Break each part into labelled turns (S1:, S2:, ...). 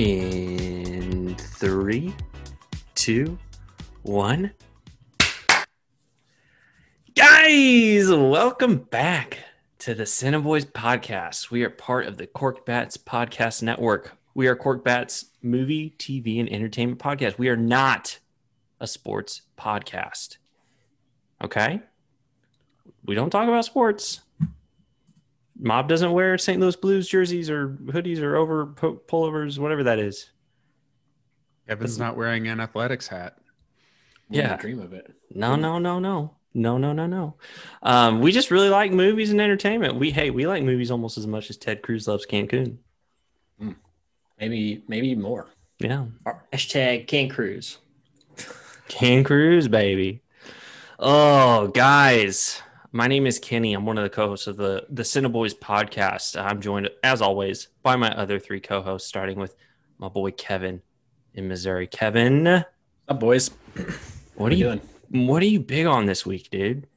S1: In three, two, one. Guys, welcome back to the Cineboys podcast. We are part of the Cork Bats Podcast Network. We are Cork Bats movie, TV, and entertainment podcast. We are not a sports podcast. Okay? We don't talk about sports. Mob doesn't wear St. Louis Blues jerseys or hoodies or over po- pullovers, whatever that is.
S2: Kevin's not wearing an athletics hat.
S3: Wouldn't
S1: Yeah.
S3: dream of it.
S1: No, no, no, no, no, no, no, no. Um, we just really like movies and entertainment. We hey, we like movies almost as much as Ted Cruz loves Cancun.
S3: Maybe maybe more.
S1: Yeah,
S3: Hashtag can cruise.
S1: Can Cruz, baby. Oh, guys, my name is Kenny. I'm one of the co-hosts of the the Cineboys podcast. I'm joined, as always, by my other three co-hosts, starting with my boy Kevin in Missouri. Kevin,
S3: Up, boys.
S1: what are
S3: you
S1: you?
S3: doing?
S1: What are you big on this week, dude?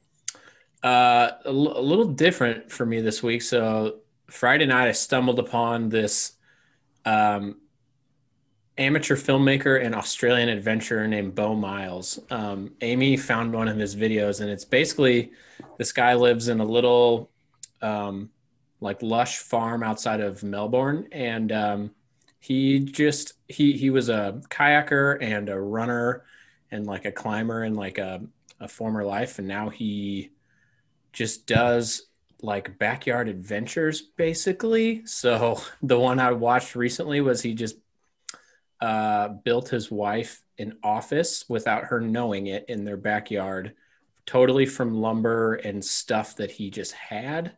S3: Uh, a l- a little different for me this week. So Friday night, I stumbled upon this um, amateur filmmaker and Australian adventurer named Bo Miles. Um, Amy found one of his videos, and it's basically this guy lives in a little um, like lush farm outside of Melbourne, and um, he just he he was a kayaker and a runner and like a climber and like a a former life and now he just does like backyard adventures basically so the one i watched recently was he just uh, built his wife an office without her knowing it in their backyard totally from lumber and stuff that he just had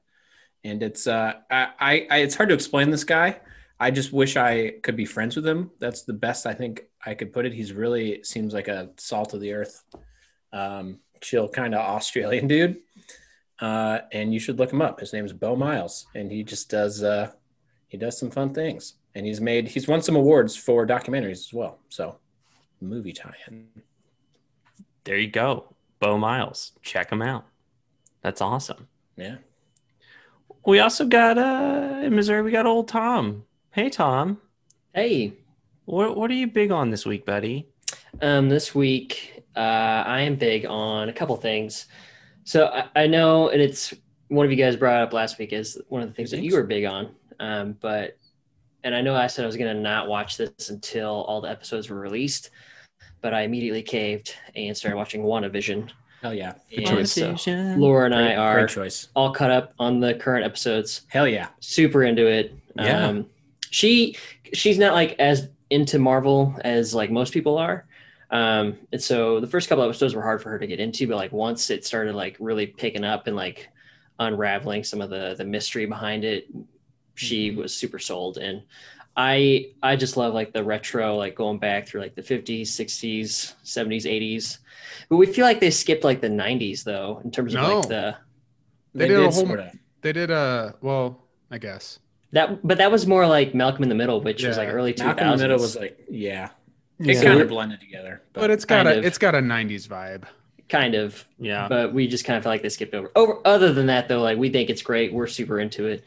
S3: and it's uh i i, I it's hard to explain this guy i just wish i could be friends with him that's the best i think i could put it he's really seems like a salt of the earth um chill kind of australian dude uh, and you should look him up. His name is Bo Miles, and he just does uh, he does some fun things, and he's made he's won some awards for documentaries as well. So, movie tie-in.
S1: There you go, Bo Miles. Check him out. That's awesome.
S3: Yeah,
S1: We also got uh in Missouri we got old Tom. Hey Tom.
S4: Hey,
S1: What what are you big on this week, buddy?
S4: um, this week uh, I am big on a couple things. So I, I know, and it's one of you guys brought up last week is one of the things that you were big on. Um, but and I know I said I was going to not watch this until all the episodes were released, but I immediately caved and started watching WandaVision.
S3: hell yeah,
S4: And
S3: choice. so.
S1: Decision.
S4: Laura and I
S3: Great-
S4: are
S3: great choice.
S4: all caught up on the current episodes.
S3: Hell yeah,
S4: super into it.
S1: Yeah.
S4: Um, she she's not like as into Marvel as like most people are. Um, and so the first couple episodes were hard for her to get into, but like once it started like really picking up and like unraveling some of the the mystery behind it, she was super sold. And I I just love like the retro, like going back through like the 50s, 60s, 70s, 80s. But we feel like they skipped like the 90s though, in terms of
S2: No.
S4: like the
S2: They did a whole-
S3: sorta.
S2: They did a well, I guess.
S4: That, but that was more like Malcolm in the Middle, which was like
S2: Yeah.
S4: early two
S3: Malcolm in the middle
S4: thousands.
S3: was like yeah,
S1: Yeah.
S3: it kind of blended together, but,
S2: But it's got
S4: kind
S2: a
S4: of.
S2: it's got a '90s vibe.
S4: kind of,
S3: um,
S1: yeah.
S4: but we just kind of felt like they skipped over. Over other than that, though, like we think it's great. We're super into it,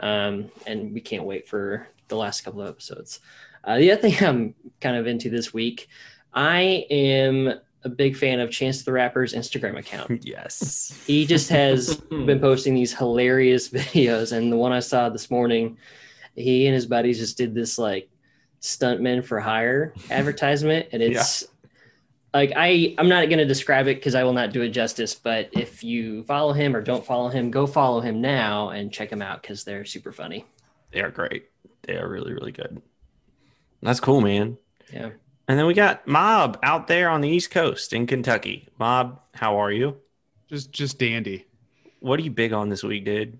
S4: um, and we can't wait for the last couple of episodes. Uh, the other thing I'm kind of into this week, I am a big fan of Chance the Rapper's Instagram account.
S1: Yes.
S4: He just has
S3: Hmm.
S4: been posting these hilarious videos and the one i saw this morning he and his buddies just did this like stuntman for hire advertisement and it's like i i'm not going to describe it because i will not do it justice but if you follow him or don't follow him go follow him now and check him out because they're super funny
S1: They are great. They are really, really good. That's cool, man.
S4: yeah
S1: And then we got Mob out there on the East Coast in Kentucky. Mob, how are you?
S2: Just just dandy.
S1: What are you big on this week, dude?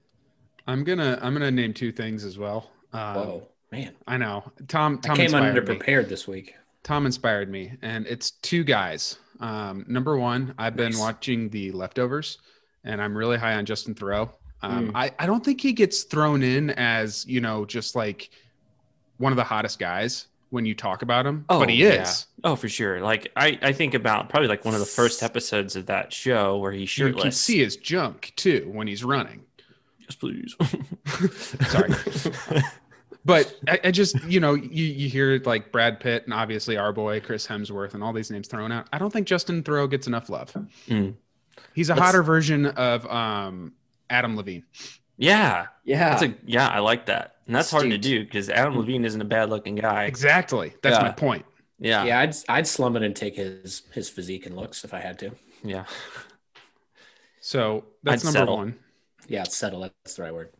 S2: I'm gonna I'm gonna name two things as well. Uh,
S3: whoa, man,
S2: I know Tom Tom
S3: I came
S2: inspired me.
S3: underprepared this week.
S2: Tom inspired me, and it's two guys. Um, number one, I've been
S3: Nice.
S2: watching The Leftovers, and I'm really high on Justin Thoreau. Um, I, I don't think he gets thrown in as, you know, just like one of the hottest guys when you talk about him,
S1: Oh,
S2: but he
S1: yeah.
S2: is.
S1: Oh, for sure. Like I, I think about probably like one of the first episodes of that show where he's
S2: You can
S1: shirtless.
S2: see his junk too when he's running.
S1: Yes, please.
S2: Sorry. but I, I just you know you you hear like Brad Pitt and obviously our boy Chris Hemsworth and all these names thrown out. I don't think Justin Thoreau gets enough love.
S1: Mm.
S2: He's a
S1: Let's-
S2: hotter version of um, Adam Levine.
S1: Yeah,
S4: Yeah.
S1: that's a yeah. I like that, and that's hard to
S4: Astute.
S1: do because Adam Levine isn't a bad looking guy.
S2: Exactly. That's
S1: Yeah.
S2: my point.
S1: Yeah, yeah,
S3: Yeah, I'd I'd slum it and take his his physique and looks if I had to.
S1: yeah.
S2: So that's
S1: I'd
S2: number
S1: settle.
S2: one.
S3: Yeah, it's settle. That's the right word.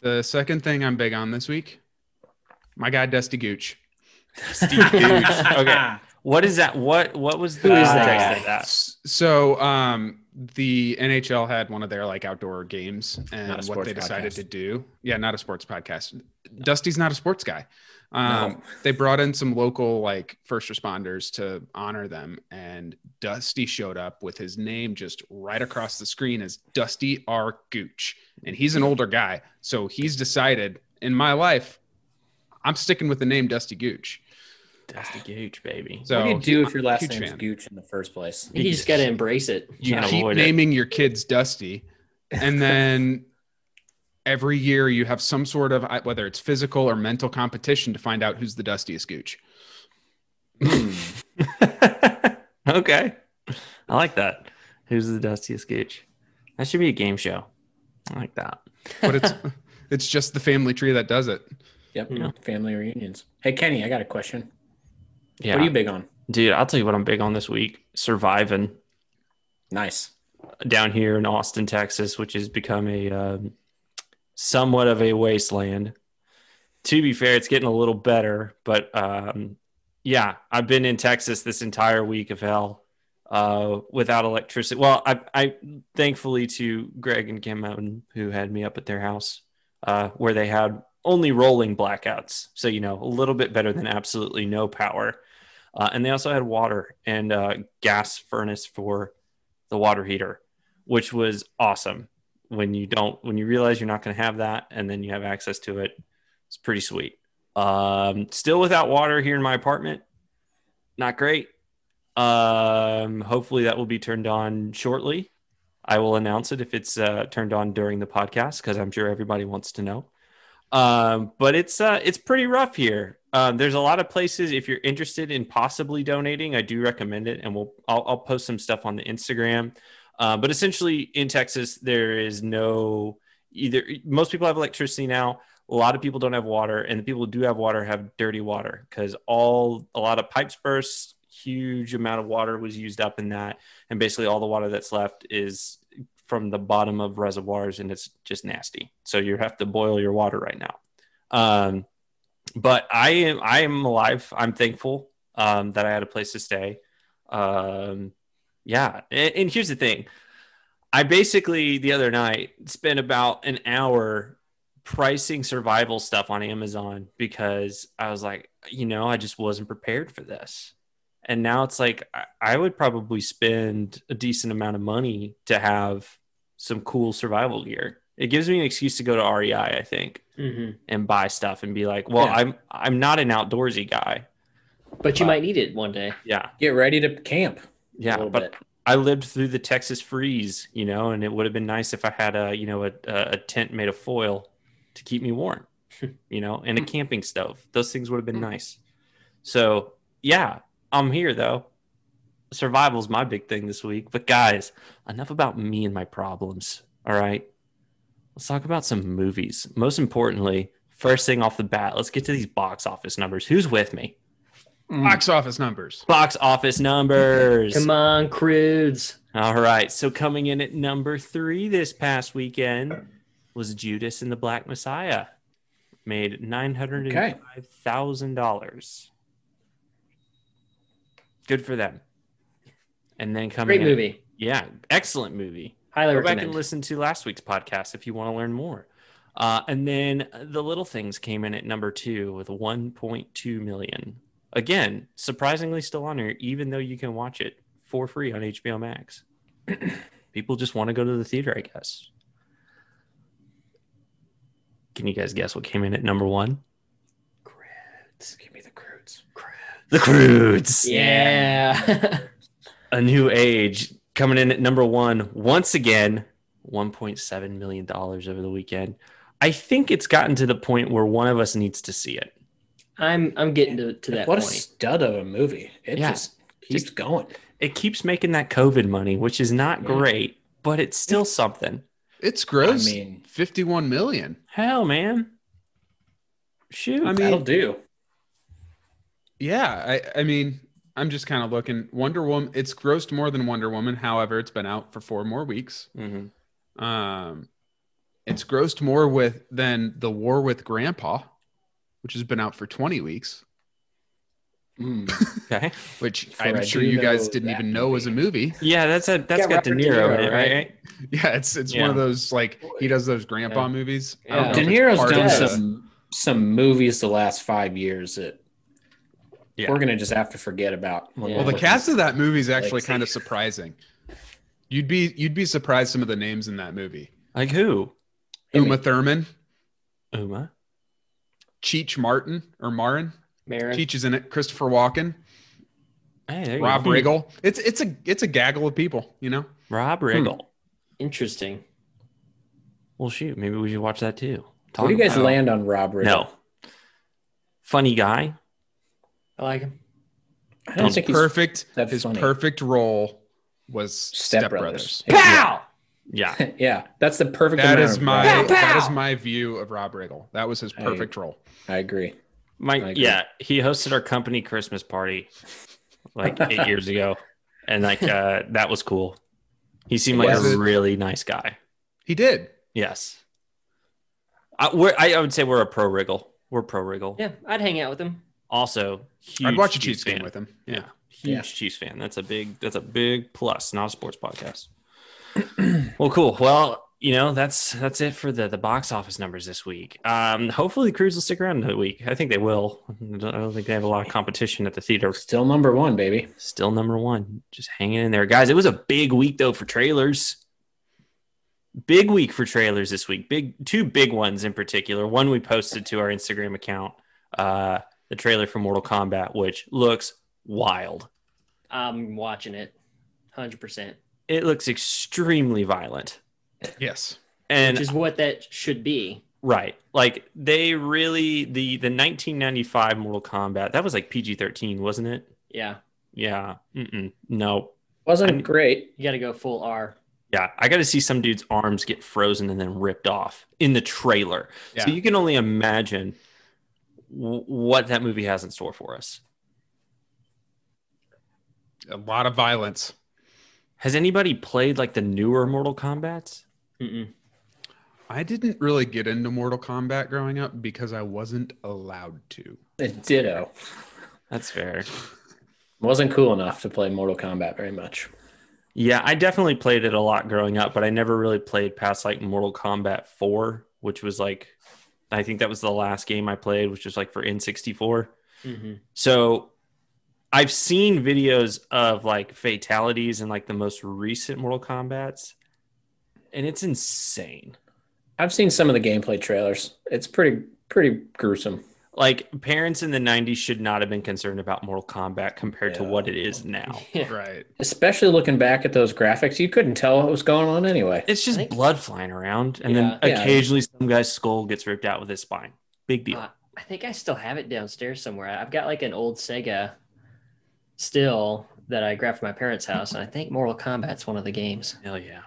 S2: The second thing I'm big on this week, my guy Dusty Gooch.
S1: Steve Gooch. Okay, what is that? What what was the uh,
S4: Who is
S1: context
S4: that
S1: of that?
S2: S- So um, the NHL had one of their like outdoor games,
S3: Not
S2: and
S3: a
S2: what they
S3: sports
S2: decided
S3: podcast.
S2: to do, yeah, not a sports podcast. Dusty's not a sports guy. Um,
S3: No.
S2: They brought in some local like first responders to honor them, and Dusty showed up with his name just right across the screen as Dusty R. Gooch, and he's an older guy, so he's decided in my life, I'm sticking with the name Dusty Gooch.
S1: Dusty Gooch, baby.
S2: So
S3: what do you do if your last
S2: huge
S3: name's
S2: fan.
S3: Gooch in the first place?
S4: you just got to embrace it.
S1: You
S2: you
S1: can't
S2: keep
S1: avoid it.
S2: naming your kids Dusty, and then every year you have some sort of whether it's physical or mental competition to find out who's the dustiest gooch.
S1: okay, I like that. Who's the dustiest Gooch? That should be a game show. I like that.
S2: But it's it's just the family tree that does it.
S3: Yep.
S1: Yeah.
S3: Family reunions. Hey Kenny, I got a question.
S1: Yeah,
S3: What are you big on?
S1: dude. I'll tell you what I'm big on this week: surviving.
S3: Nice.
S1: down here in Austin, Texas, which has become a um, somewhat of a wasteland. To be fair, it's getting a little better, but um, yeah, I've been in Texas this entire week of hell uh, without electricity. Well, I, I thankfully to Greg and Kim Mountain who had me up at their house uh, where they had only rolling blackouts, so you know a little bit better than absolutely no power. Uh, and they also had water and uh, gas furnace for the water heater, which was awesome. When you don't, when you realize you're not going to have that, and then you have access to it, it's pretty sweet. Um, still without water here in my apartment, not great. Um, hopefully that will be turned on shortly. I will announce it if it's uh, turned on during the podcast because I'm sure everybody wants to know. Um, but it's uh, it's pretty rough here. Um, there's a lot of places. If you're interested in possibly donating, I do recommend it, and we'll I'll, I'll post some stuff on the Instagram. Uh, but essentially, in Texas, there is no either. Most people have electricity now. A lot of people don't have water, and the people who do have water have dirty water because all a lot of pipes burst. Huge amount of water was used up in that, and basically all the water that's left is from the bottom of reservoirs, and it's just nasty. So you have to boil your water right now. Um, but I am I am alive. I'm thankful um, that I had a place to stay. Um, yeah, and, and here's the thing: I basically the other night spent about an hour pricing survival stuff on Amazon because I was like, you know, I just wasn't prepared for this. And now it's like I- I would probably spend a decent amount of money to have some cool survival gear. It gives me an excuse to go to REI, I think
S4: hmm
S1: and buy stuff and be like, well,
S3: Yeah.
S1: I'm I'm not an outdoorsy guy.
S4: But you might need it one day.
S1: Yeah,
S3: Get ready to camp. a
S1: yeah.
S3: little
S1: But
S3: bit.
S1: I lived through the Texas freeze, you know, and it would have been nice if I had a you know a, a a tent made of foil to keep me warm, you know, and a camping stove. Those things would have been nice. So yeah, I'm here though. Survival's my big thing this week. But guys, enough about me and my problems. All right. Let's talk about some movies. Most importantly, first thing off the bat, let's get to these box office numbers. Who's with me? Hmm.
S2: Box office numbers.
S1: Box office numbers.
S4: Come on, crudes.
S1: All right. So coming in at number three this past weekend was Judas and the Black Messiah. Made nine hundred and five thousand dollars. Good for them. And then coming
S4: Great
S1: in-
S4: movie.
S1: Yeah, excellent movie.
S4: Highly
S1: Go back and
S4: recommend.
S1: listen to last week's podcast if you want to learn more. Uh, and then the little things came in at number two with 1.2 million. Again, surprisingly still on here, even though you can watch it for free on HBO Max. People just want to go to the theater, I guess. Can you guys guess what came in at number one?
S3: Croods. Give me the crudes.
S1: The Croods.
S4: Yeah.
S1: A New Age coming in at number one once again, $1.7 million over the weekend. I think it's gotten to the point where one of us needs to see it.
S4: I'm I'm getting to, to that
S3: what a
S4: point.
S3: stud of a movie. It
S1: Yeah.
S3: just keeps going.
S1: It keeps making that COVID money, which is not
S3: Yeah.
S1: great, but it's still something.
S2: It's gross.
S3: I mean,
S2: 51 million.
S1: Hell, man. Shoot.
S2: I mean-
S3: that'll do.
S2: Yeah, I, I mean, I'm just kind of looking. Wonder Woman, it's grossed more than Wonder Woman. However, it's been out for four more weeks.
S1: Mhm.
S2: Um, it's grossed more with than The War with Grandpa, which has been out for 20 weeks,
S3: Mm.
S1: okay.
S2: which
S3: For I
S2: I'm sure
S3: do
S2: you guys
S3: know
S2: didn't
S3: that
S2: even know was a movie.
S1: Yeah, that's a that's
S4: Got
S1: got, De
S4: Robert De
S1: Niro in
S4: Niro,
S1: it, right?
S2: Yeah, it's it's one of those like he does those grandpa
S3: Yeah.
S2: movies. I don't
S4: Yeah.
S2: know
S3: De
S2: if it's
S3: Niro's
S2: part
S3: done
S2: of the-
S3: some some movies the last five years that
S1: Yeah.
S3: we're gonna just have to forget about. when
S4: Yeah.
S2: Well,
S3: we're
S2: the
S3: looking-
S2: cast of that movie is actually
S3: Like-
S2: kind of surprising. You'd be you'd be surprised some of the names in that movie.
S1: Like who?
S3: Hit me.
S2: Uma Thurman,
S1: Uma.
S2: Cheech Martin or Marin.
S4: Marin.
S2: Cheech is in it. Christopher Walken,
S1: Hey, there you
S2: Rob
S1: go. Hmm.
S2: Riggle. It's it's a it's a gaggle of people, you know.
S1: Rob Riggle.
S4: Interesting.
S1: Well, shoot, maybe we should watch that too.
S3: Where do you guys
S1: about-
S3: land on Rob Riggle?
S1: No. Funny guy.
S4: I like him.
S3: I don't
S1: He's
S3: think he's
S2: perfect.
S3: that's
S2: His
S3: funny.
S2: perfect role was Step, Brothers.
S4: Pow!
S1: Yeah.
S3: yeah, that's the perfect.
S2: That
S3: amount
S2: is
S3: of
S2: my
S3: Rob Riggle.
S2: that is my view of Rob Riggle. That was his
S3: I-
S2: perfect role.
S3: I agree. I
S1: My
S3: agree.
S1: yeah, he hosted our company Christmas party like eight years ago, and like uh, that was cool. He seemed like
S2: Was
S1: a
S2: it-
S1: really nice guy.
S2: He did.
S1: Yes, I, we're, I, I would say we're a pro wriggle. We're pro wriggle.
S4: Yeah, I'd hang out with him.
S1: Also, huge
S2: I'd watch a
S1: Chiefs
S2: Chiefs game
S1: fan.
S2: with him.
S1: Yeah.
S2: Yeah.
S1: Huge
S3: Yeah.
S1: Chiefs fan. That's a big. That's a big plus. Not a sports podcast. well, cool. Well, you know that's that's it for the the box office numbers this week. Um, hopefully, crews will stick around another week. I think they will. I don't, I don't think they have a lot of competition at the theater.
S3: Still number one, baby.
S1: Still number one. Just hanging in there, guys. It was a big week though for trailers. Big week for trailers this week. Big two big ones in particular. One we posted to our Instagram account. Uh, the trailer for Mortal Kombat, which looks wild.
S4: I'm watching it. 100%.
S1: it looks extremely violent
S2: Yes.
S1: and
S4: Which is what that should be.
S1: right like they really the the 1995 mortal kombat that was like pg-13 wasn't it
S4: Yeah.
S1: yeah Mm-mm. no
S3: Wasn't
S1: I'm-
S3: great.
S4: You got to go full R.
S1: yeah i gotta see some dude's arms get frozen and then ripped off in the trailer
S2: Yeah.
S1: so you can only imagine w- what that movie has in store for us
S2: a lot of violence.
S1: has anybody played like the newer mortal kombats
S4: Mm-mm.
S2: I didn't really get into Mortal Kombat growing up because I wasn't allowed to.
S3: Ditto.
S1: that's fair
S3: Wasn't cool enough to play Mortal Kombat very much.
S1: Yeah, I definitely played it a lot growing up, but I never really played past like Mortal Kombat 4, which was like, I think that was the last game I played, which was like for N64.
S4: hmm
S1: So I've seen videos of like fatalities in like the most recent Mortal Kombats, and it's insane.
S3: I've seen some of the gameplay trailers. It's pretty pretty gruesome.
S1: Like, parents in the 90s should not have been concerned about Mortal Kombat compared to
S3: Yeah.
S1: what it is now.
S4: Yeah.
S2: Right.
S3: Especially looking back at those graphics, you couldn't tell what was going on anyway.
S1: It's just
S4: I think-
S1: blood flying around, and
S4: Yeah.
S1: then
S3: Yeah.
S1: occasionally some guy's skull gets ripped out with his spine. Big deal.
S4: Uh, I think I still have it downstairs somewhere. I've got like an old Sega still that I grabbed from my parents' house, and I think Mortal Kombat's one of the games.
S1: Hell yeah!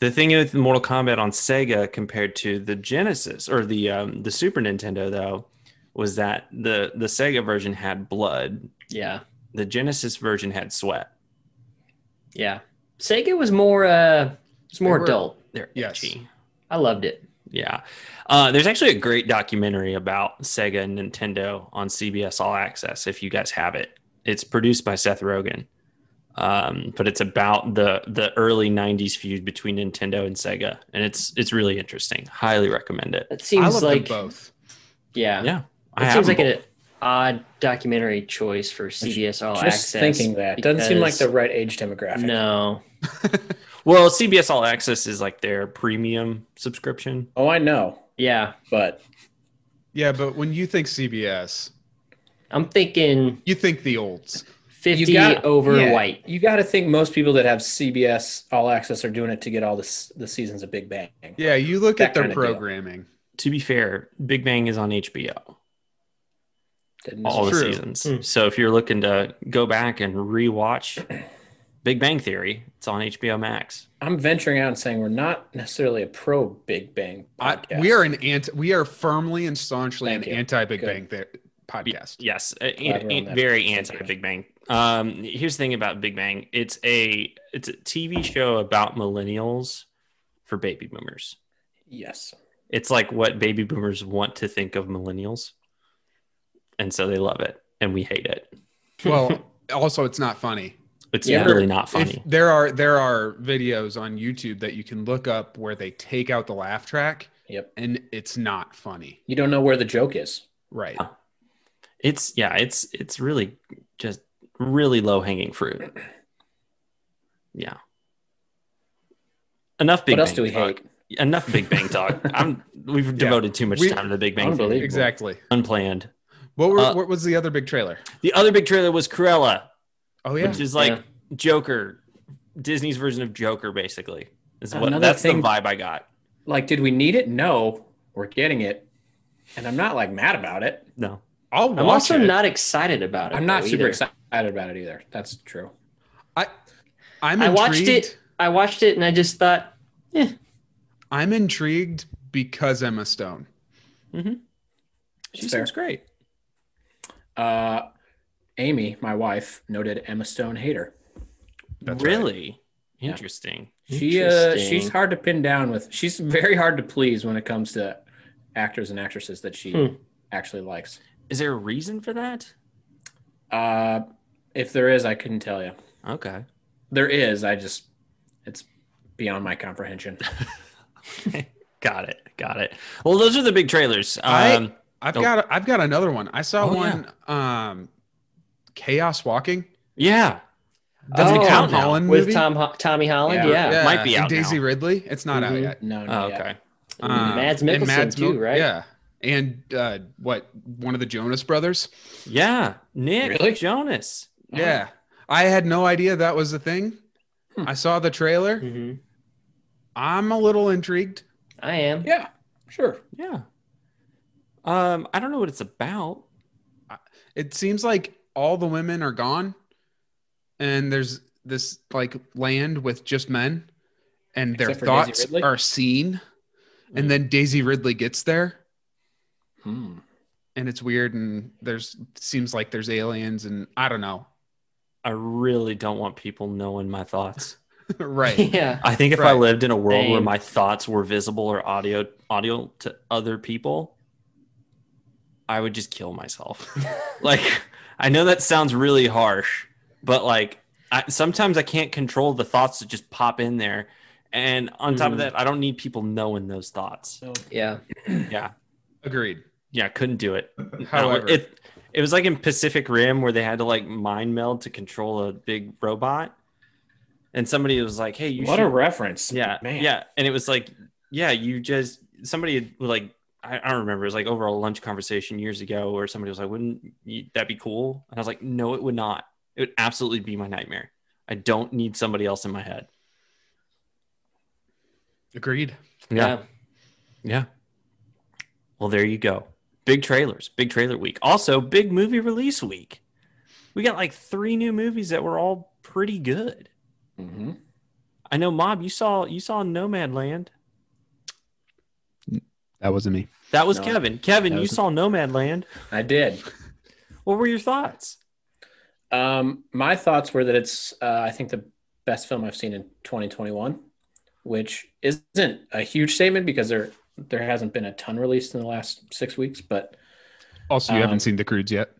S1: The thing with Mortal Kombat on Sega compared to the Genesis or the um, the Super Nintendo though was that the the Sega version had blood,
S4: Yeah,
S1: the Genesis version had sweat.
S4: yeah. Sega was more uh, it's more
S2: They were-
S4: adult.
S1: They're
S2: Yes.
S1: edgy.
S4: I loved it.
S1: Yeah, uh, there's actually a great documentary about Sega and Nintendo on CBS All Access. If you guys have it, it's produced by Seth Rogen, um, but it's about the the early '90s feud between Nintendo and Sega, and it's it's really interesting. Highly recommend it.
S4: It
S2: I
S4: seems
S2: love
S4: like
S2: them both.
S4: yeah,
S1: Yeah, I
S4: it
S1: have
S4: seems
S1: them
S4: like an odd documentary choice for CBS All
S3: just
S4: Access.
S3: thinking that doesn't seem like
S4: because-
S3: the right age demographic.
S4: no.
S1: Well, CBS All Access is like their premium subscription.
S3: Oh, I know,
S4: Yeah,
S3: but
S2: Yeah, but when you think CBS,
S4: I'm thinking
S2: you think the olds.
S4: fifty
S3: got-
S4: over
S3: yeah,
S4: white.
S3: You got to think most people that have CBS All Access are doing it to get all the s the seasons of Big Bang.
S2: Yeah, you look
S3: That
S2: at their
S3: kinda deal.
S2: programming.
S1: to be fair, Big Bang is on HBO
S3: Didn't
S1: all the
S2: true.
S1: seasons.
S4: Hmm.
S1: So if you're looking to go back and rewatch Big Bang Theory, it's on HBO Max.
S3: I'm venturing out and saying we're not necessarily a pro Big Bang
S2: I,
S3: podcast.
S2: we are an anti. We are firmly and staunchly
S3: Thank
S2: an
S3: you.
S2: anti Big
S3: Good.
S2: Bang the- podcast.
S1: Yes, a-
S3: Glad we're on
S1: a-
S3: that.
S1: very
S3: Thank
S1: anti
S3: you.
S1: Big Bang. Um, here's the thing about Big Bang. It's a it's a TV show about millennials for baby boomers.
S3: yes.
S1: It's like what baby boomers want to think of millennials, and so they love it, and we hate it.
S2: Well, also it's not funny.
S1: It's
S3: Yeah.
S1: really not
S2: If-
S1: funny.
S2: there are there are videos on YouTube that you can look up where they take out the laugh track.
S3: Yep.
S2: And it's not funny.
S3: You don't know where the joke is.
S2: Right.
S1: Yeah. It's yeah, it's it's really just really low hanging fruit. Yeah. Enough big
S3: what else
S1: Bang
S3: do we
S1: talk.
S3: hate?
S1: Enough Big Bang talk. I'm we've devoted too much
S2: We-
S1: time to Big Bang Theory.
S3: Unbelievable.
S2: Exactly.
S1: unplanned.
S2: What were,
S1: Uh,
S2: what was the other big trailer?
S1: The other big trailer was Cruella,
S2: Oh yeah.
S1: which is like
S4: Yeah.
S1: Joker, Disney's version of Joker, basically. Is what
S3: Another
S1: that's
S3: thing-
S1: the vibe I got.
S3: Like, did we need it? No, we're getting it, and I'm not like mad about it.
S1: No,
S2: I'll watch
S4: I'm also
S2: it.
S4: not excited about it.
S3: I'm not
S4: though,
S3: super
S4: either.
S3: excited about it either. That's true.
S2: I'm
S4: I watched
S2: intrigued-
S4: it. I watched it and I just thought,
S2: I'm intrigued because Emma Stone.
S1: she
S3: It's fair.
S1: seems great.
S3: Uh, Amy, my wife, noted Emma Stone hater.
S2: That's right.
S1: really interesting.
S3: She uh,
S4: Interesting.
S3: she's hard to pin down with. She's very hard to please when it comes to actors and actresses that she
S4: Hmm.
S3: actually likes.
S1: Is there a reason for that?
S3: Uh, if there is, I couldn't tell you.
S1: Okay.
S3: There is. I just it's beyond my comprehension.
S1: Got it. Got it. Well, those are the big trailers. Um,
S2: I- I've
S1: Nope.
S2: got I've got another one. I saw
S1: Oh,
S2: one um Chaos Walking.
S1: yeah. That's
S4: Oh,
S1: out now.
S2: Holland
S4: with
S2: movie?
S4: Tom Ho- Tommy Holland,
S3: Yeah.
S4: yeah,
S2: Yeah,
S1: Might be
S2: and
S1: out
S2: Daisy
S1: now.
S2: Ridley. It's not out
S4: Mhm.
S2: yet.
S3: No.
S1: Oh,
S3: yeah.
S1: okay.
S4: And
S2: Um,
S4: Mads
S2: and
S4: Mikkelsen
S2: Mil-
S4: too, right?
S2: Yeah. And uh what one of the Jonas brothers?
S1: Yeah. Nick
S3: Really?
S1: Jonas.
S2: Yeah. I had no idea that was a thing.
S3: Hmm.
S2: I saw the trailer.
S4: hmm
S2: I'm a little intrigued.
S4: I am.
S3: Yeah. Sure.
S1: Yeah. Um, I don't know what it's about.
S2: It seems like all the women are gone and there's this like land with just men and their
S3: Except for Daisy
S2: thoughts
S3: Ridley?
S2: are seen.
S1: Hmm.
S2: And then Daisy Ridley gets there
S3: Hmm.
S2: and it's weird and there's seems like there's aliens and I don't know.
S1: I really don't want people knowing my thoughts.
S2: right.
S4: Yeah.
S1: I think if I
S2: Right.
S1: lived in a world where
S4: Same.
S1: my thoughts were visible or audio audio to other people, I would just kill myself. like I know that sounds really harsh, but like I, sometimes I can't control the thoughts that just pop in there. And on top of
S4: Mhm.
S1: that, I don't need people knowing those thoughts.
S3: So
S4: Yeah.
S1: Yeah.
S2: Agreed.
S1: Yeah, couldn't do it.
S2: However,
S1: No, it it was like in Pacific Rim where they had to like mind meld to control a big robot, and somebody was like, "Hey, you
S3: what
S1: should,
S3: a reference.
S1: yeah,
S3: Man.
S1: yeah," and it was like, "Yeah, you just somebody had, like." I I don't remember. It was like over a lunch conversation years ago, where somebody was like, "Wouldn't you, that be cool?" And I was like, "No, it would not. It would absolutely be my nightmare. I don't need somebody else in my head."
S2: agreed.
S4: Yeah.
S1: yeah. Well, there you go. Big trailers, big trailer week. Also, big movie release week. We got like three new movies that were all pretty good.
S3: hmm
S1: I know, Mob, you saw you saw Nomadland.
S2: That wasn't me.
S1: That was
S3: No,
S1: Kevin. Kevin,
S3: that
S1: you
S3: was-
S1: saw Nomadland.
S3: I did.
S1: What were your thoughts?
S3: Um, my thoughts were that it's, uh, I think, the best film I've seen in 2021, which isn't a huge statement because there there hasn't been a ton released in the last six weeks. But
S2: Also, you
S3: Um,
S2: haven't seen The Crudes yet.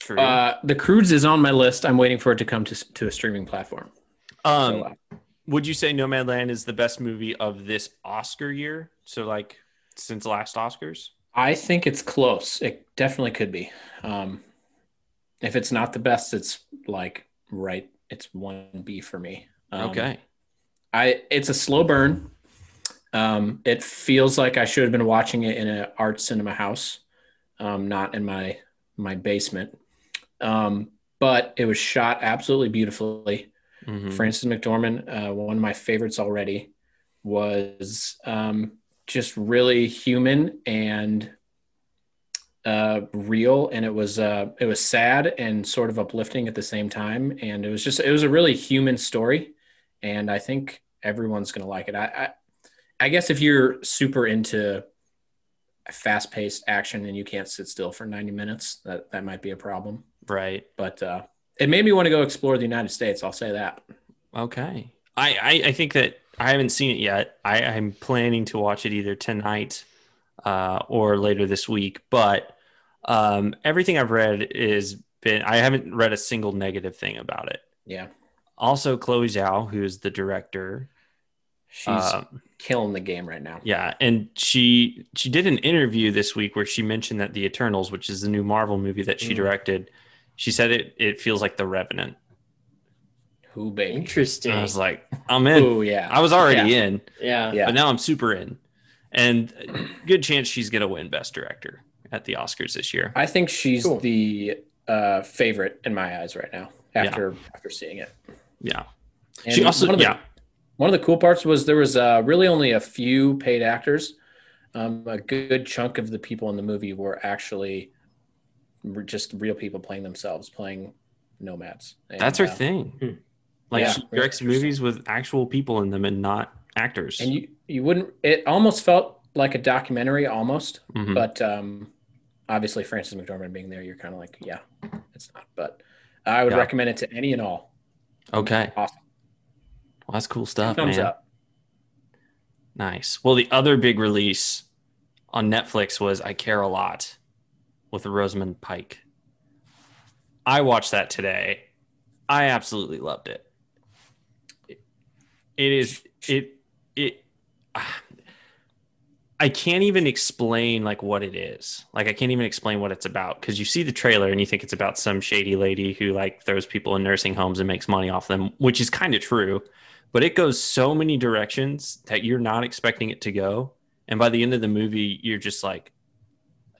S1: True.
S3: uh, The Crudes is on my list. I'm waiting for it to come to to a streaming platform.
S1: um,
S3: So, uh,
S1: would you say Nomadland is the best movie of this Oscar year? So, like, since last Oscars?
S3: I think it's close. It definitely could be. Um, if it's not the best, it's like right. It's one B for me. Um,
S1: okay.
S3: I it's a slow burn. Um, it feels like I should have been watching it in an art cinema house, um, not in my my basement. Um, but it was shot absolutely beautifully.
S1: Mhm.
S3: Mm-hmm. Francis McDormand, uh, one of my favorites already, was um, just really human and uh, real, and it was uh, it was sad and sort of uplifting at the same time, and it was just it was a really human story, and I think everyone's gonna like it. I I, I guess if you're super into fast paced action and you can't sit still for 90 minutes, that that might be a problem.
S1: Right.
S3: But uh, it made me want to go explore the United States. I'll say that.
S1: Okay. I, I, I think that I haven't seen it yet. I, I'm planning to watch it either tonight uh, or later this week. But um, everything I've read is been I haven't read a single negative thing about it.
S3: Yeah,
S1: Also, Chloe Zhao, who is the director,
S3: she's
S1: um,
S3: killing the game right now.
S1: Yeah, and she she did an interview this week where she mentioned that the Eternals, which is the new Marvel movie that she
S3: Mm.
S1: directed, she said it it feels like The Revenant.
S3: Who baby?
S4: Interesting.
S1: And I was like, I'm in.
S3: Oh yeah.
S1: I was already in,
S4: yeah.
S3: Yeah.
S1: but now I'm super in. And good chance she's gonna win Best Director at the Oscars this year.
S3: I think she's
S4: Cool.
S3: the uh, favorite in my eyes right now after after seeing it.
S1: Yeah,
S3: And
S1: she also
S3: one of the,
S1: yeah
S3: One of the cool parts was there was uh, really only a few paid actors. Um, a good chunk of the people in the movie were actually re- just real people playing themselves, playing nomads. And,
S1: that's her
S3: uh,
S1: thing.
S4: Hmm.
S1: Like
S3: Yeah,
S1: she
S3: really
S1: directs movies with actual people in them and not actors.
S3: And you you wouldn't. It almost felt like a documentary, almost.
S1: Mhm.
S3: But um, obviously, Francis McDormand being there, you're kind of like, yeah, it's not. But I would
S1: Yeah.
S3: recommend it to any and all.
S1: okay,
S3: Awesome.
S1: well, that's cool stuff,
S3: Thumbs
S1: man.
S3: up.
S1: Nice. Well, the other big release on Netflix was I Care a Lot with Rosamund Pike. I watched that today. I absolutely loved it. It is it it ah. I can't even explain like what it is. Like I can't even explain what it's about cuz you see the trailer and you think it's about some shady lady who like throws people in nursing homes and makes money off them, which is kind of true but it goes so many directions that you're not expecting it to go and by the end of the movie you're just like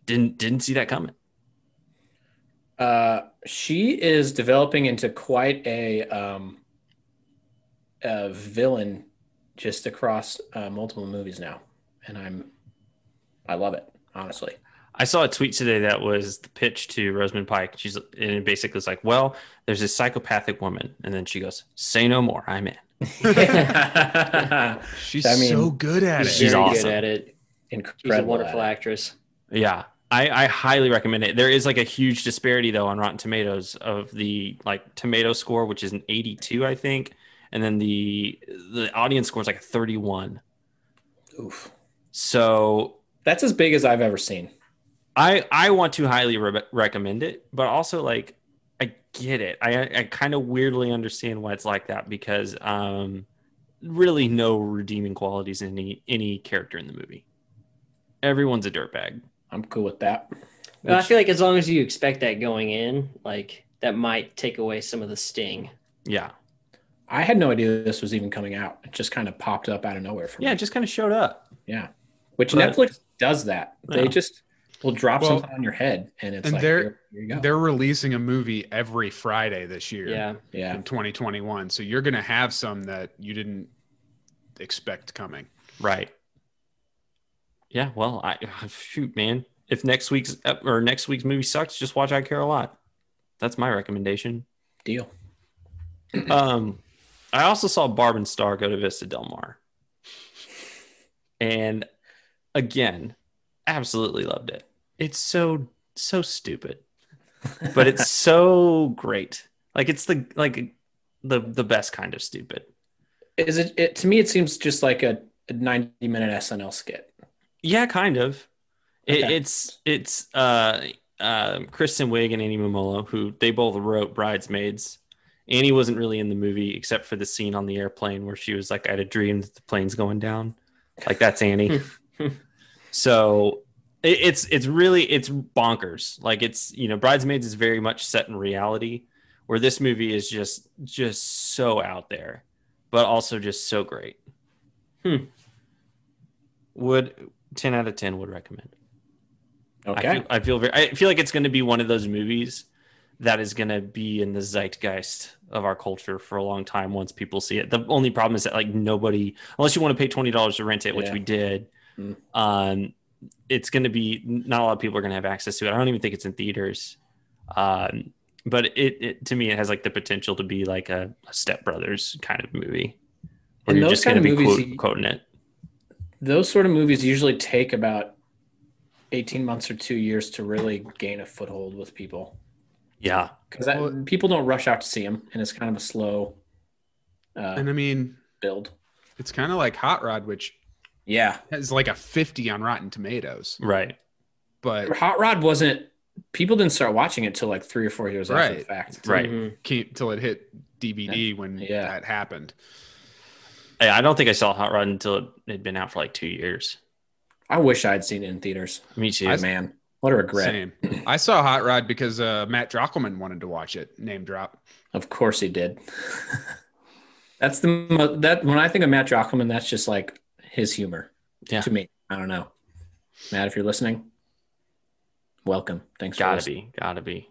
S1: didn't didn't see that coming
S3: Uh, she is developing into quite a um, a villain just across uh, multiple movies now, and I'm I love it honestly.
S1: i saw a tweet today that was the pitch to rosamund pike she's and it basically was like well there's this psychopathic woman and then she goes say no more i'm in
S3: Incredible.
S2: She's
S3: I mean,
S2: so good at it.
S1: she's
S4: very
S1: awesome.
S4: good at it. She's a wonderful
S3: at it.
S4: actress.
S1: yeah I, I highly recommend it there is like a huge disparity though on rotten tomatoes of the like tomato score which is an 82 i think and then the the audience score is like a 31
S3: Oof.
S1: so
S3: That's as big as I've ever seen.
S1: I I want to highly re- recommend it, but also like I get it. I I kind of weirdly understand why it's like that because um really no redeeming qualities in any any character in the movie. Everyone's a dirtbag.
S3: I'm cool with that.
S4: Well, I feel like as long as you expect that going in, like that might take away some of the sting.
S1: Yeah.
S3: I had no idea this was even coming out. It just kind of popped up out of nowhere for me.
S1: Yeah, it just kind of showed up.
S3: Yeah. Which
S1: Right.
S3: Netflix does that. They
S1: Yeah.
S3: just will drop
S2: Well,
S3: something on your head and it's
S2: and
S3: like,
S2: they're-
S3: here, here you go.
S2: They're releasing a movie every Friday this year
S4: Yeah.
S3: Yeah.
S2: in 2021. So you're going to have some that you didn't expect coming.
S1: Right. Yeah, well, I shoot, man. If next week's ep- or next week's movie sucks, just watch I Care a Lot. That's my recommendation.
S3: Deal.
S1: Um, I also saw Barb and Star go to Vista Del Mar, and again, absolutely loved it. It's so so stupid, but it's so great. Like it's the like the the best kind of stupid.
S3: Is it, it to me it seems just like a, a 90 minute SNL skit.
S1: Yeah, kind of. It,
S3: Okay.
S1: It's it's uh, uh, Kristen Wiig and Annie Momolo, who they both wrote *Bridesmaids*. Annie wasn't really in the movie except for the scene on the airplane where she was like, "I had a dream that the plane's going down." Like that's Annie. so it, it's it's really it's bonkers. Like it's you know *Bridesmaids* is very much set in reality, where this movie is just just so out there, but also just so great.
S4: Hmm.
S1: Would 10 out of 10 would recommend.
S3: Okay.
S1: I feel, I feel very, I feel like it's going to be one of those movies that is going to be in the zeitgeist of our culture for a long time once people see it. The only problem is that like nobody, unless you want to pay $20 to rent it, which
S3: Yeah.
S1: we did,
S3: Mm.
S1: Um, it's going to be not a lot of people are going to have access to it. I don't even think it's in theaters. Um, but it, it to me it has like the potential to be like a, a Step Brothers kind of movie. Where
S3: And
S1: you're
S3: those
S1: just
S3: kind
S1: going to
S3: of
S1: be
S3: movies
S1: quote,
S3: you-
S1: quoting it.
S3: Those sort of movies usually take about 18 months or two years to really gain a foothold with people
S1: Yeah.
S3: because
S2: Well-
S3: people don't rush out to see them and it's kind of a slow uh,
S2: And I mean,
S3: build.
S2: it's kind of like Hot Rod, which
S3: Yeah.
S2: has like a 50 on Rotten Tomatoes,
S1: Right.
S2: but
S3: Hot Rod wasn't, people didn't start watching it till like three or four years after the
S2: Right.
S3: fact.
S1: Right.
S4: Mhm.
S2: came till it hit DVD when
S3: Yeah.
S2: that happened.
S1: Hey, I don't think I saw Hot Rod until it had been out for like two years.
S3: I wish I had seen it in theaters.
S1: Me too.
S2: I-
S3: Man, what a regret.
S2: Same. I saw Hot Rod because uh, Matt Drockelman wanted to watch it. Name drop.
S3: Of course he did. that's the mo- that when I think of Matt Jockelman, that's just like his humor
S1: Yeah.
S3: to me. I don't know, Matt, if you're listening, welcome. Thanks.
S1: gotta
S3: for listening.
S1: be. Gotta be.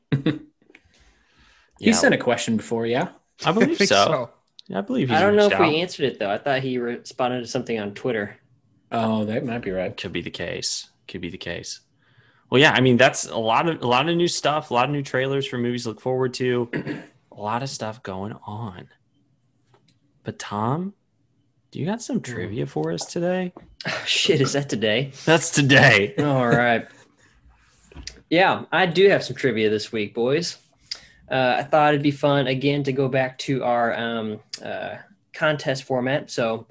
S3: He
S1: Yeah.
S3: sent a question before, yeah.
S1: I believe so.
S2: think
S1: I believe he's
S4: I don't know if
S1: reached out.
S4: we answered it though. I thought he responded to something on Twitter.
S3: Oh, that might be right.
S1: could be the case could be the case well yeah i mean that's a lot of a lot of new stuff a lot of new trailers for movies to look forward to a lot of stuff going on but tom do you got some
S4: Mm.
S1: trivia for us today
S4: Oh, Shit, is that today?
S1: that's today
S4: All right. Yeah, I do have some trivia this week, boys. Uh, I thought it'd be fun again to go back to our um, uh, contest format. So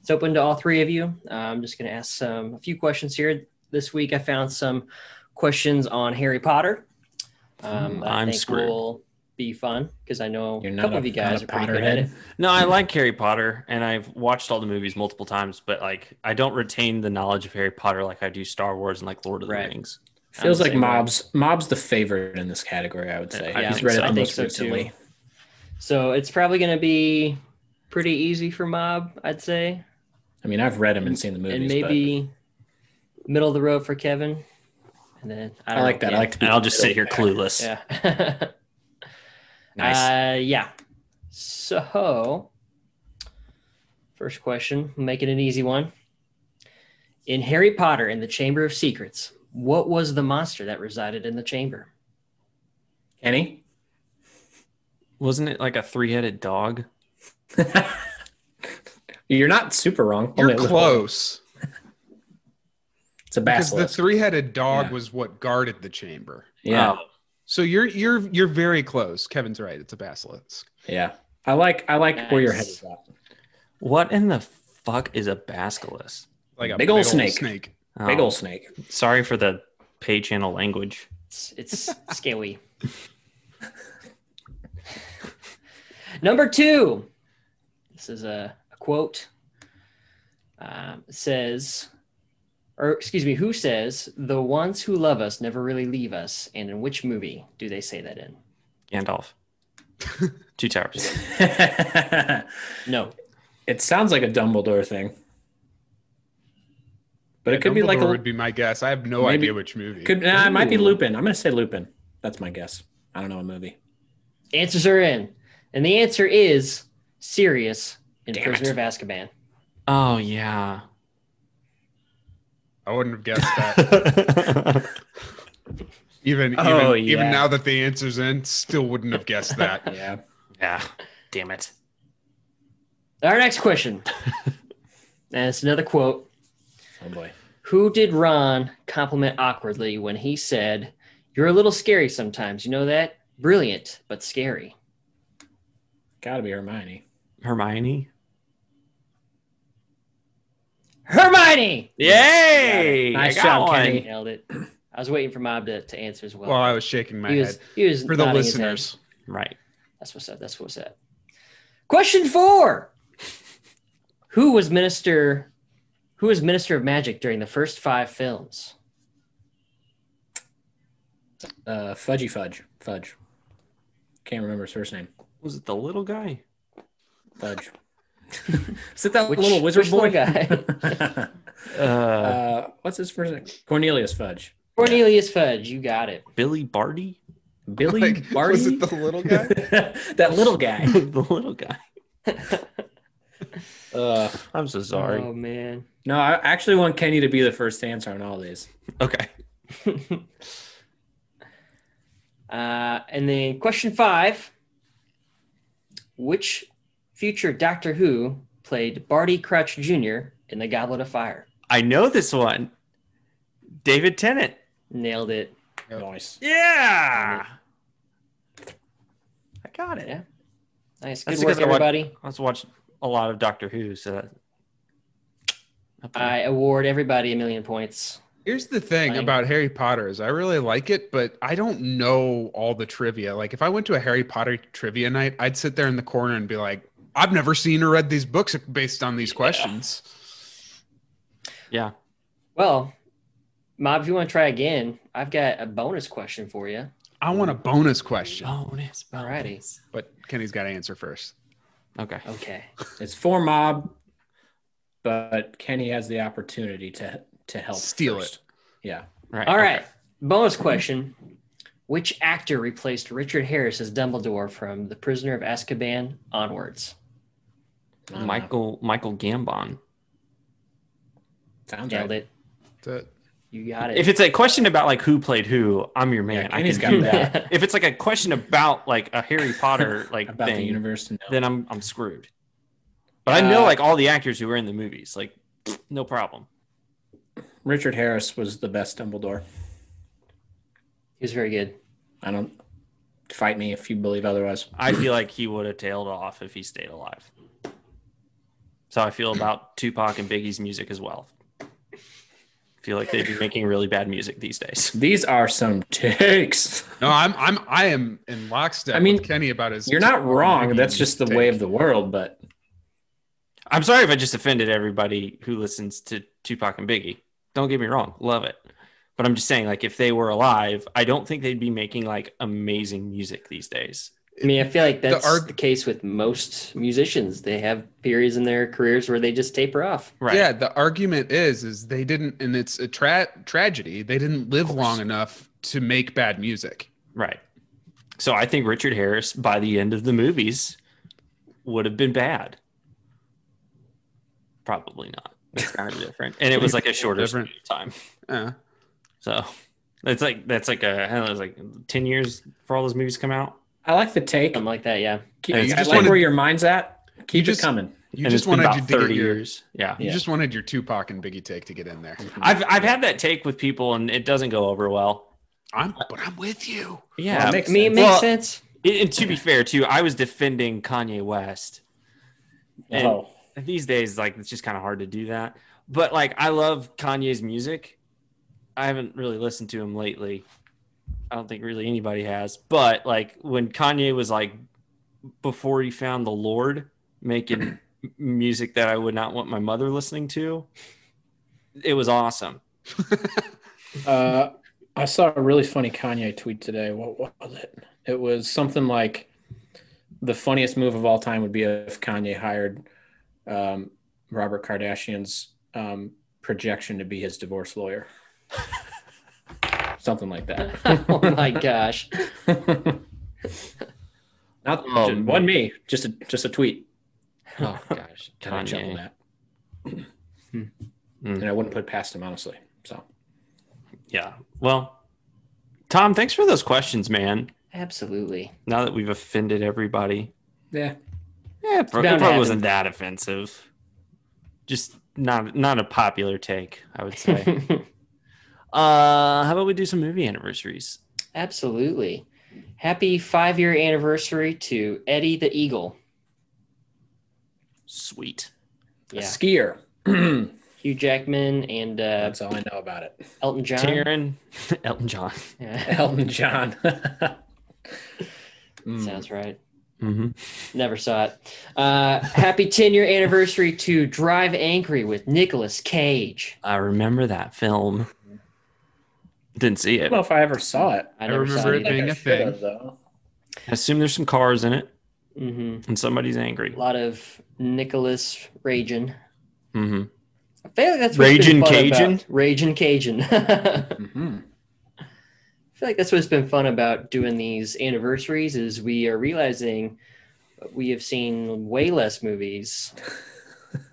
S4: it's open to all three of you. Uh, I'm just going to ask some a few questions here this week. I found some questions on Harry Potter. Um, I
S1: I'm
S4: think
S1: screwed.
S4: will be fun because I know
S3: You're
S4: a
S3: not
S4: couple
S3: a-
S4: of you
S3: not
S4: guys
S3: a
S4: are pretty good at
S3: Potterhead.
S4: it.
S1: no i like harry potter and i've watched all the movies multiple times but like i don't retain the knowledge of harry potter like i do star wars and like lord of the
S4: Right.
S1: rings
S3: Feels
S4: the
S3: like
S4: same way.
S3: Mob's Mob's the favorite in this category. I would say
S1: Uh, I
S3: he's
S1: think
S3: read
S1: so.
S3: it
S1: I
S3: the
S4: think
S3: most
S4: so, too.
S3: recently.
S4: So it's probably going to be pretty easy for Mob, I'd say.
S3: I mean, I've read him and seen the movies.
S4: and
S3: but
S4: maybe middle of the road for Kevin. And then I,
S3: I
S4: don't
S3: like
S4: know,
S3: that. I like to be.
S1: and i'll just sit here clueless
S4: Yeah. Yeah.
S3: Nice.
S4: Uh, yeah. So, first question, making an easy one. In Harry Potter and the Chamber of Secrets, what was the monster that resided in the chamber?
S3: Kenny.
S1: wasn't it like a three-headed dog
S3: You're not super wrong.
S2: You're
S3: Only a little.
S2: close
S3: It's a
S2: because the
S3: basilisk.
S2: three-headed dog
S3: Yeah.
S2: was what guarded the chamber.
S3: yeah.
S1: Oh,
S2: So you're you're you're very close. Kevin's right. It's a basilisk.
S3: Yeah. I like I like where your head
S4: Nice.
S3: is at.
S1: what in the fuck is a basilisk
S2: Like a
S3: Big ol'
S2: ol'
S3: snake.
S2: snake.
S1: Oh,
S3: Big old snake.
S1: Sorry for the pay channel language.
S4: It's, it's scary. Number two. This is a, a quote. Um, it says, or excuse me, who says, the ones who love us never really leave us? And in which movie do they say that in?
S1: Gandalf. Two towers.
S4: No.
S3: it sounds like a Dumbledore thing. But it could be like
S2: Dumbledore
S3: a
S2: would be my guess. I have no
S3: Maybe-
S2: idea which movie.
S3: could nah, it might be
S1: Ooh.
S3: Lupin. I'm gonna say Lupin. That's my guess. I don't know a movie.
S4: Answers are in. And the answer is Sirius in
S3: Damn
S4: Prisoner
S3: it.
S4: of Azkaban.
S1: Oh yeah.
S2: I wouldn't have guessed that.
S1: I
S2: Even
S3: Oh,
S2: even,
S3: yeah.
S2: even now that the answer's in, still wouldn't have guessed that.
S3: Yeah.
S1: Yeah. Damn it.
S4: Our next question. and it's another quote.
S3: Oh boy.
S4: Who did Ron compliment awkwardly when he said, You're a little scary sometimes, you know that? Brilliant, but scary.
S3: Gotta be Hermione.
S1: Hermione.
S4: Hermione!
S1: Yay!
S3: Nice
S1: I got
S3: job,
S1: one.
S3: Kenny.
S4: Nailed it. I was waiting for Mob to, to answer as well.
S2: Well, I was shaking my
S4: he
S2: head
S4: was, he was
S2: for the
S4: nodding his head.
S2: listeners.
S1: Right.
S4: That's what's up. That's what's up. Question four. Who was minister who was Minister of Magic during the first five films?
S3: Uh Fudgy Fudge. Fudge. Can't remember his first name.
S1: Was it the little guy?
S3: Fudge. Is it that
S4: Which-
S3: little wizard
S4: which
S3: boy
S4: little
S3: guy?
S1: Uh,
S3: uh, what's his first name? Cornelius Fudge.
S4: Cornelius Fudge, you got it.
S1: Billy Barty?
S3: Billy
S2: Like,
S3: Barty.
S2: was it the little guy?
S3: that little guy.
S1: the little guy.
S3: Uh,
S1: I'm so sorry.
S4: Oh man.
S3: no, I actually want Kenny to be the first answer on all these.
S1: okay.
S4: Uh, and then question five: Which future Doctor Who played Barty Crouch Jr. in The Goblet of Fire?
S1: I know this one. David Tennant.
S4: Nailed it.
S2: Yep.
S3: Nice.
S1: Yeah. I got it.
S4: Yeah. Nice. Good
S1: That's
S4: work,
S1: because I wa-
S4: everybody.
S1: I was watching a lot of Doctor Who, so that. Up there.
S4: I award everybody a million points.
S2: Here's the thing
S4: Fine.
S2: about Harry Potter is I really like it, but I don't know all the trivia. Like if I went to a Harry Potter trivia night, I'd sit there in the corner and be like, I've never seen or read these books based on these questions.
S1: yeah.
S4: Well, Mob, if you want to try again, I've got a bonus question for you.
S2: I want a bonus question,
S1: Bonus.
S4: Alrighty.
S1: bonus.
S2: but Kenny's got to answer first.
S1: Okay.
S4: Okay.
S3: It's for Mob, but Kenny has the opportunity to to help
S2: Steal
S3: first. it. Yeah.
S1: Right.
S4: All right. Bonus question. Which actor replaced Richard Harris as Dumbledore from The Prisoner of Azkaban onwards?
S3: I
S1: okay.
S3: don't know.
S1: Michael Michael Gambon.
S3: sounds
S4: Nailed
S3: right.
S4: it.
S2: That's it.
S4: You got it.
S1: If it's a question about like who played who, I'm your man.
S3: Yeah,
S1: I
S3: Kenny's
S1: can do
S3: got that
S1: If it's like a question about like a Harry Potter like
S3: about the
S1: thing,
S3: universe. No.
S1: then I'm I'm screwed. But I know
S3: Uh,
S1: like all the actors who were in the movies, like no problem.
S3: Richard Harris was the best Dumbledore.
S4: He was very good.
S3: I don't fight me if you believe otherwise.
S1: I feel like he would have tailed off if he stayed alive. So I feel about Tupac and Biggie's music as well. feel like they'd be making really bad music these days.
S3: These are some takes.
S2: No, I'm I'm I am in lockstep.
S3: I mean,
S2: with Kenny about his.
S3: You're not wrong. That's
S2: Biggie's
S3: just the
S2: take.
S3: way of the world. But
S1: I'm sorry if I just offended everybody who listens to Tupac and Biggie. Don't get me wrong, love it. But I'm just saying, like, if they were alive, I don't think they'd be making like amazing music these days.
S4: I mean, I feel like that's the,
S2: arg-
S4: case with most musicians. They have periods in their careers where they just taper off.
S1: Right.
S2: Yeah, the argument is is they didn't, and it's a tra- tragedy. They didn't live long enough to make bad music.
S1: Right. So I think Richard Harris by the end of the movies would have been bad. Probably not. It's kind of different. And it was like a shorter
S2: Different.
S1: span of time.
S2: Uh,
S1: So it's like that's like a I don't know, it's like ten years for all those movies come out.
S3: I like the take.
S4: Something like that, yeah.
S3: Keep-
S1: Yeah,
S3: I
S1: you
S3: like
S1: just
S2: wanted-
S3: where your mind's at. Keep
S2: just-
S3: it coming.
S2: you
S1: and
S2: just
S1: it's been
S2: wanted
S1: about
S2: you to
S1: thirty
S2: get your,
S1: years. Yeah.
S2: You
S3: Yeah. Mm-hmm.
S2: just wanted your Tupac and Biggie take to get in there.
S1: I've I've had that take with people and it doesn't go over well.
S2: I'm, but I'm with you.
S1: Yeah.
S3: Well, it
S4: I mean, it makes
S1: Well,
S4: sense.
S1: and- and to be fair too, I was defending Kanye West. And-
S3: oh,
S1: these days like it's just kind of hard to do that but like i love kanye's music i haven't really listened to him lately i don't think really anybody has but like when kanye was like before he found the lord making m- music that i would not want my mother listening to it was awesome
S3: uh, I saw a really funny Kanye tweet today. What was it? It was something like the funniest move of all time would be if Kanye hired um, Robert Kardashian's um, projection to be his divorce lawyer. something like that.
S4: oh my gosh.
S3: Not
S1: Oh,
S3: just,
S1: man.
S3: one me, just a just a tweet.
S1: oh gosh
S3: that I chuckled
S1: kanye
S3: at.
S4: Hmm.
S3: And I wouldn't put it past him honestly. So
S1: yeah well tom thanks for those questions man
S4: Absolutely.
S1: now that we've offended everybody
S3: yeah,
S1: Yeah, Eh, it pro- it
S4: bound to
S1: probably wasn't that offensive. Just not not a popular take, I would say. uh, how about we do some movie anniversaries?
S4: Absolutely. Happy five year anniversary to Eddie the Eagle.
S1: Sweet.
S3: a
S4: Yeah.
S3: skier.
S4: Hugh Jackman and uh,
S3: That's all I know about it.
S4: Elton John.
S1: Taryn, Elton John.
S4: Yeah,
S3: Elton John. Mm.
S4: sounds right.
S1: Mm-hmm.
S4: Never saw it. Uh, happy 10 year anniversary to Drive Angry with Nicolas Cage.
S1: I remember that film. Didn't see
S3: I
S1: it.
S3: don't know if I ever saw it.
S4: I
S2: I
S4: never saw
S2: remember
S4: it.
S2: it being
S3: I
S2: a
S3: should
S2: thing.
S3: have, though.
S1: I assume there's some cars in it
S4: hmm
S1: and somebody's
S4: A
S1: angry.
S4: lot of Nicolas Raging.
S1: Mm-hmm.
S4: I feel like that's what's been
S1: Ragin'
S4: fun
S1: Cajun?
S4: about- Ragin' Cajun. I
S2: Mm-hmm.
S3: Mhm.
S4: feel like that's what's been fun about doing these anniversaries is we are realizing we have seen way less movies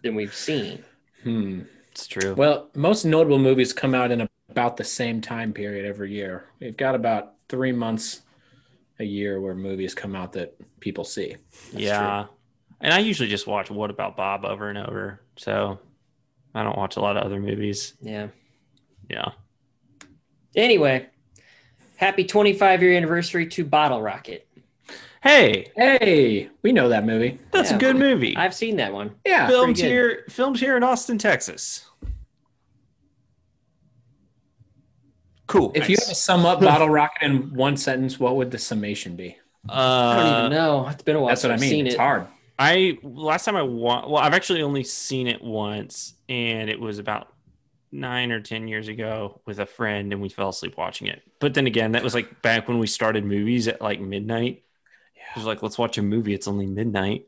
S4: than we've seen.
S3: Hmm.
S1: It's true.
S3: Well, most notable movies come out in about the same time period every year. We've got about three months a year where movies come out that people see.
S1: yeah. And I usually just watch What About Bob over and over. So I don't watch a lot of other movies.
S4: Yeah.
S1: Yeah.
S4: Anyway, happy 25 year anniversary to Bottle Rocket.
S1: Hey,
S3: Hey, we know that movie.
S1: that's
S4: Yeah.
S1: a good movie.
S4: I've seen that one.
S3: Yeah.
S1: filmed
S4: Ah, pretty
S1: here
S4: good.
S1: filmed here in Austin, Texas. Cool.
S3: If you had to sum up Bottle Rocket in one sentence, what would the summation be?
S4: I don't
S1: uh,
S4: even know. It's been a while.
S3: That's what I
S4: since I've
S3: mean.
S4: Seen
S3: It's
S4: it.
S3: hard.
S1: I last time I wa- well, I've actually only seen it once, and it was about nine or ten years ago with a friend, and we fell asleep watching it. But then again, that was like back when we started movies at like midnight. It was like, let's watch a movie. It's only midnight.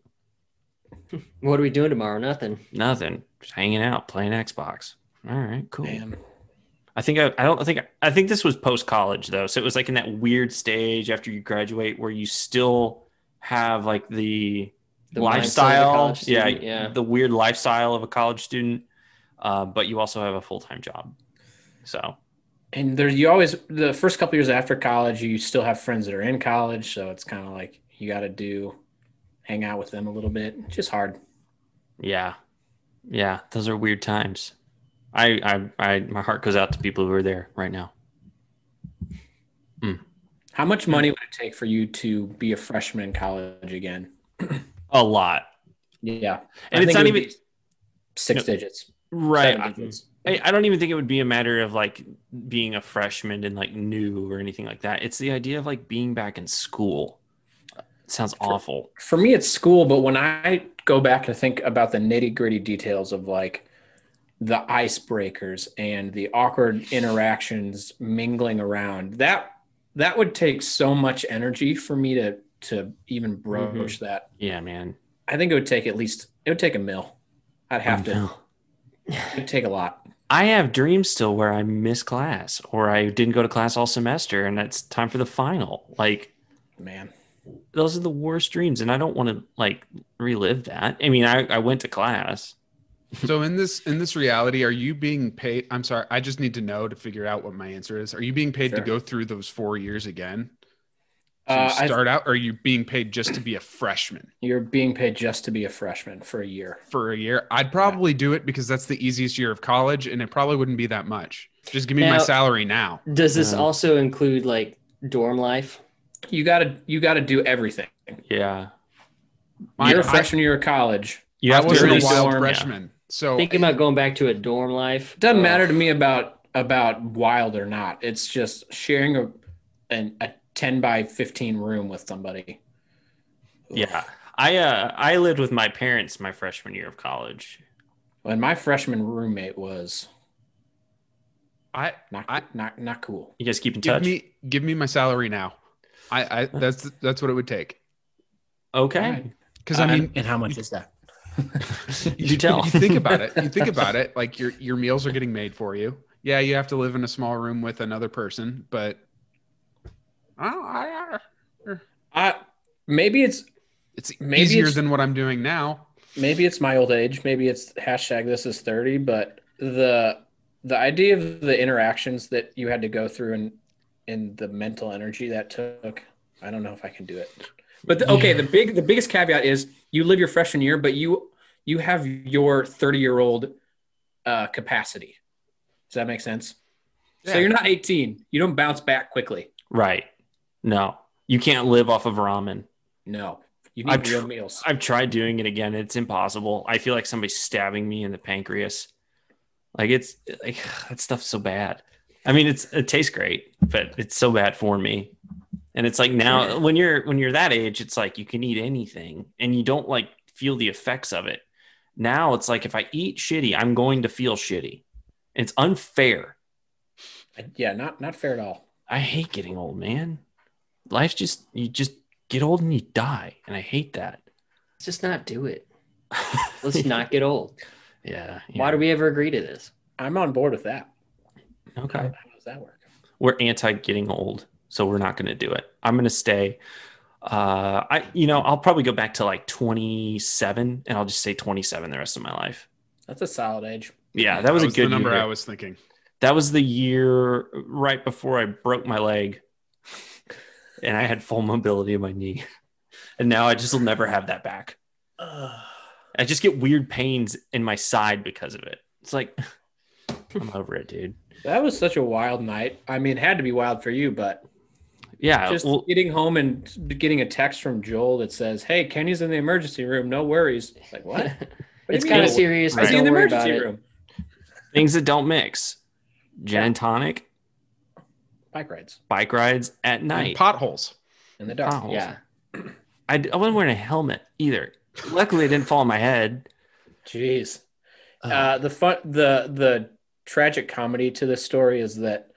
S4: What are we doing tomorrow? Nothing.
S1: Nothing. Just hanging out, playing Xbox. All right, cool.
S3: Man.
S1: I think I, I don't I think I think this was post college though, so it was like in that weird stage after you graduate where you still have like the,
S4: The mindset of a
S1: lifestyle,
S4: college
S1: yeah,
S4: student, yeah.
S1: the weird lifestyle of a college student, uh, but you also have a full time job. So
S3: And there, you always the first couple years after college, you still have friends that are in college, so it's kind of like you got to do, hang out with them a little bit. It's just hard.
S1: yeah, yeah, those are weird times. I I, I my heart goes out to people who are there right now.
S3: How much money would it take for you to be a freshman in college again?
S1: A lot,
S3: Yeah,
S1: and
S3: I
S1: it's
S3: think it
S1: not
S3: would
S1: even
S3: be six
S1: Yep.
S3: digits,
S1: right.
S3: seven
S1: I-
S3: digits.
S1: I, I don't even think it would be a matter of like being a freshman and like new or anything like that. It's the idea of like being back in school. It sounds awful.
S3: for me it's school but when i go back and think about the nitty gritty details of like the icebreakers and the awkward interactions mingling around that that would take so much energy for me to to even broach
S2: Mm-hmm.
S3: that
S1: Yeah, man.
S3: i think it would take at least it would take a mill i'd have to
S1: No.
S3: it would take a lot
S1: I have dreams still where I miss class or I didn't go to class all semester and it's time for the final. Like
S3: man
S1: those are the worst dreams and I don't want to like relive that. I mean, I, I went to class.
S2: so in this in this reality, are you being paid? I'm sorry, I just need to know to figure out what my answer is. Are you being paid to
S3: Sure.
S2: go through those four years again? So you
S3: uh, I-
S2: start out, or are you being paid just to be a freshman
S3: you're being paid just to be a freshman for a year
S2: for a year? I'd probably do it because that's the easiest year of college, and it probably wouldn't be that much. Just give me my
S4: Now-
S2: salary now.
S4: Does this
S1: Yeah.
S4: also include like dorm life?
S3: you gotta you gotta do everything
S1: Yeah.
S2: Mine-
S3: you're a
S2: I-
S3: freshman year of college
S1: You
S2: I
S1: have
S2: was
S1: to
S2: a
S1: really
S2: wild
S1: storm- yeah.
S2: freshman, so
S4: Thinking about going back to a dorm life.
S3: It Oh, doesn't
S4: Ugh.
S3: matter to me about about wild or not. It's just sharing a an, a ten by fifteen room with somebody.
S1: Yeah. I uh I lived with my parents my freshman year of college.
S3: And my freshman roommate was
S2: I
S3: not
S2: I-
S3: not not cool.
S1: You guys keep in
S2: give
S1: touch.
S2: me give me my salary now. I, I that's that's what it would take.
S1: okay.
S3: Alright.
S2: Because I
S3: Uh,
S2: mean,
S3: and how much is that?
S1: You tell.
S2: You think about it. You think about it. Like your your meals are getting made for you. Yeah, you have to live in a small room with another person, but I don't, I,
S3: I maybe it's
S2: it's
S3: Maybe
S2: easier
S3: it's-
S2: than what I'm doing now.
S3: maybe it's my old age. Maybe it's hashtag this is thirty. But the the idea of the interactions that you had to go through and and the mental energy that took. I don't know if I can do it. But the, okay, the big the biggest caveat is you live your freshman year, but you you have your thirty year old uh, capacity. Does that make sense? So
S2: Yeah.
S3: you're not eighteen. You don't bounce back quickly.
S1: Right. No, you can't live off of ramen.
S3: No, you
S1: I've
S3: need
S1: tr-
S3: real meals.
S1: I've tried doing it again. It's impossible. I feel like somebody's stabbing me in the pancreas. Like it's like that stuff's so bad. I mean, it's it tastes great, but it's so bad for me. And it's like now when you're when you're that age, it's like you can eat anything and you don't like feel the effects of it. Now it's like if I eat shitty, I'm going to feel shitty. It's unfair.
S3: yeah, not not fair at all.
S1: I hate getting old, man. Life's just you just get old and you die, and I hate that.
S4: Let's just not do it. Let's not get old.
S1: Yeah.
S4: Why do we ever agree to this?
S3: I'm on board with that.
S1: we? Okay.
S3: How does that work?
S1: We're anti getting old, so we're not going to do it. I'm going to stay. Uh, I you know I'll probably go back to like 27, and I'll just say 27 the rest of my life.
S3: That's a solid age.
S1: Yeah, that was, a good
S2: the number
S1: year.
S2: I was thinking.
S1: that was the year right before I broke my leg, and I had full mobility in my knee, and now I just will never have that back. I just get weird pains in my side because of it. It's like I'm over it, dude.
S3: That was such a wild night. I mean, it had to be wild for you, but
S1: Yeah,
S3: just
S1: Uh, well,
S3: getting home and getting a text from Joel that says, "Hey, Kenny's in the emergency room. No worries." Like what? What do
S4: it's
S3: you mean,
S4: kind
S3: no
S4: of
S3: worries?
S4: serious.
S3: Why
S4: But
S3: is he in
S4: don't
S3: the
S4: worry about
S3: emergency
S4: it.
S3: room?
S1: things that don't mix: gin and tonic,
S3: Bike rides
S1: bike rides at
S2: And
S1: night.
S2: potholes.
S3: in the dark.
S1: potholes.
S4: Yeah.
S1: I, d- I wasn't wearing a helmet either. Luckily, it didn't fall on my head.
S3: Jeez. Uh, the fun, the the tragic comedy to this story is that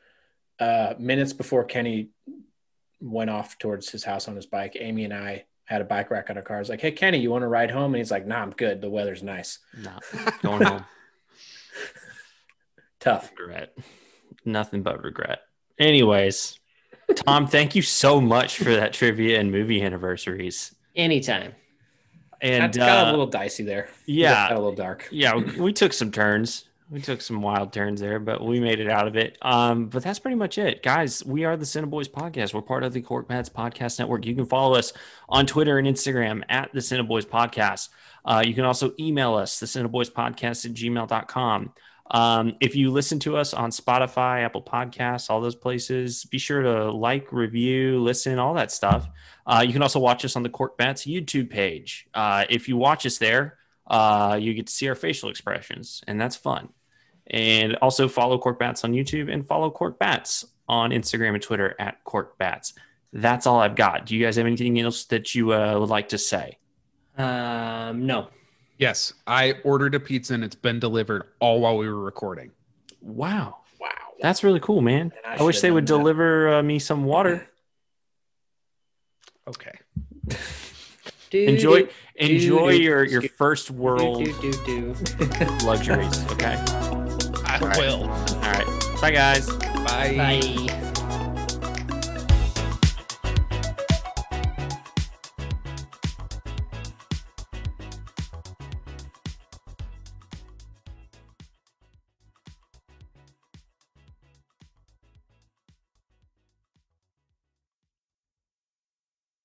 S3: uh, minutes before Kenny went off towards his house on his bike, Amy and I had a bike rack on our car. I was like, "Hey, Kenny, you want to ride home?" And he's like, "Nah, I'm good. The weather's nice.
S1: not going home.
S3: Tough."
S1: regret. Nothing but regret. Anyways, Tom, thank you so much for that trivia and movie anniversaries.
S4: Anytime.
S1: And
S3: That's got a
S1: uh,
S3: little dicey there.
S1: yeah,
S3: got a little dark.
S1: yeah we took some turns we took some wild turns there but we made it out of it um but that's pretty much it guys we are the cineboys podcast we're part of the cork Bats podcast network you can follow us on twitter and instagram at the cineboys podcast uh, you can also email us the cineboys podcast at gmail.com um, if you listen to us on spotify apple podcasts all those places be sure to like review listen all that stuff uh, you can also watch us on the cork bats youtube page uh, if you watch us there uh, you get to see our facial expressions, and that's fun. And also follow Cork Bats on YouTube and follow Cork Bats on Instagram and Twitter at Cork Bats. That's all I've got. Do you guys have anything else that you uh, would like to say?
S4: Um, no.
S2: Yes, I ordered a pizza and it's been delivered all while we were recording.
S1: Wow,
S3: Wow.
S1: that's really cool, man.
S3: And I
S1: I,
S3: should
S1: wish
S3: have
S1: they
S3: done
S1: would
S3: that.
S1: deliver uh, me some water.
S2: Okay.
S4: Do,
S1: Enjoy,
S4: do,
S1: enjoy
S4: dude,
S1: your your
S4: excuse-
S1: first world
S4: do, do, do, do.
S1: luxuries. Okay.
S2: I
S1: All right.
S2: will.
S1: All right. Bye, guys.
S2: Bye.
S4: Bye.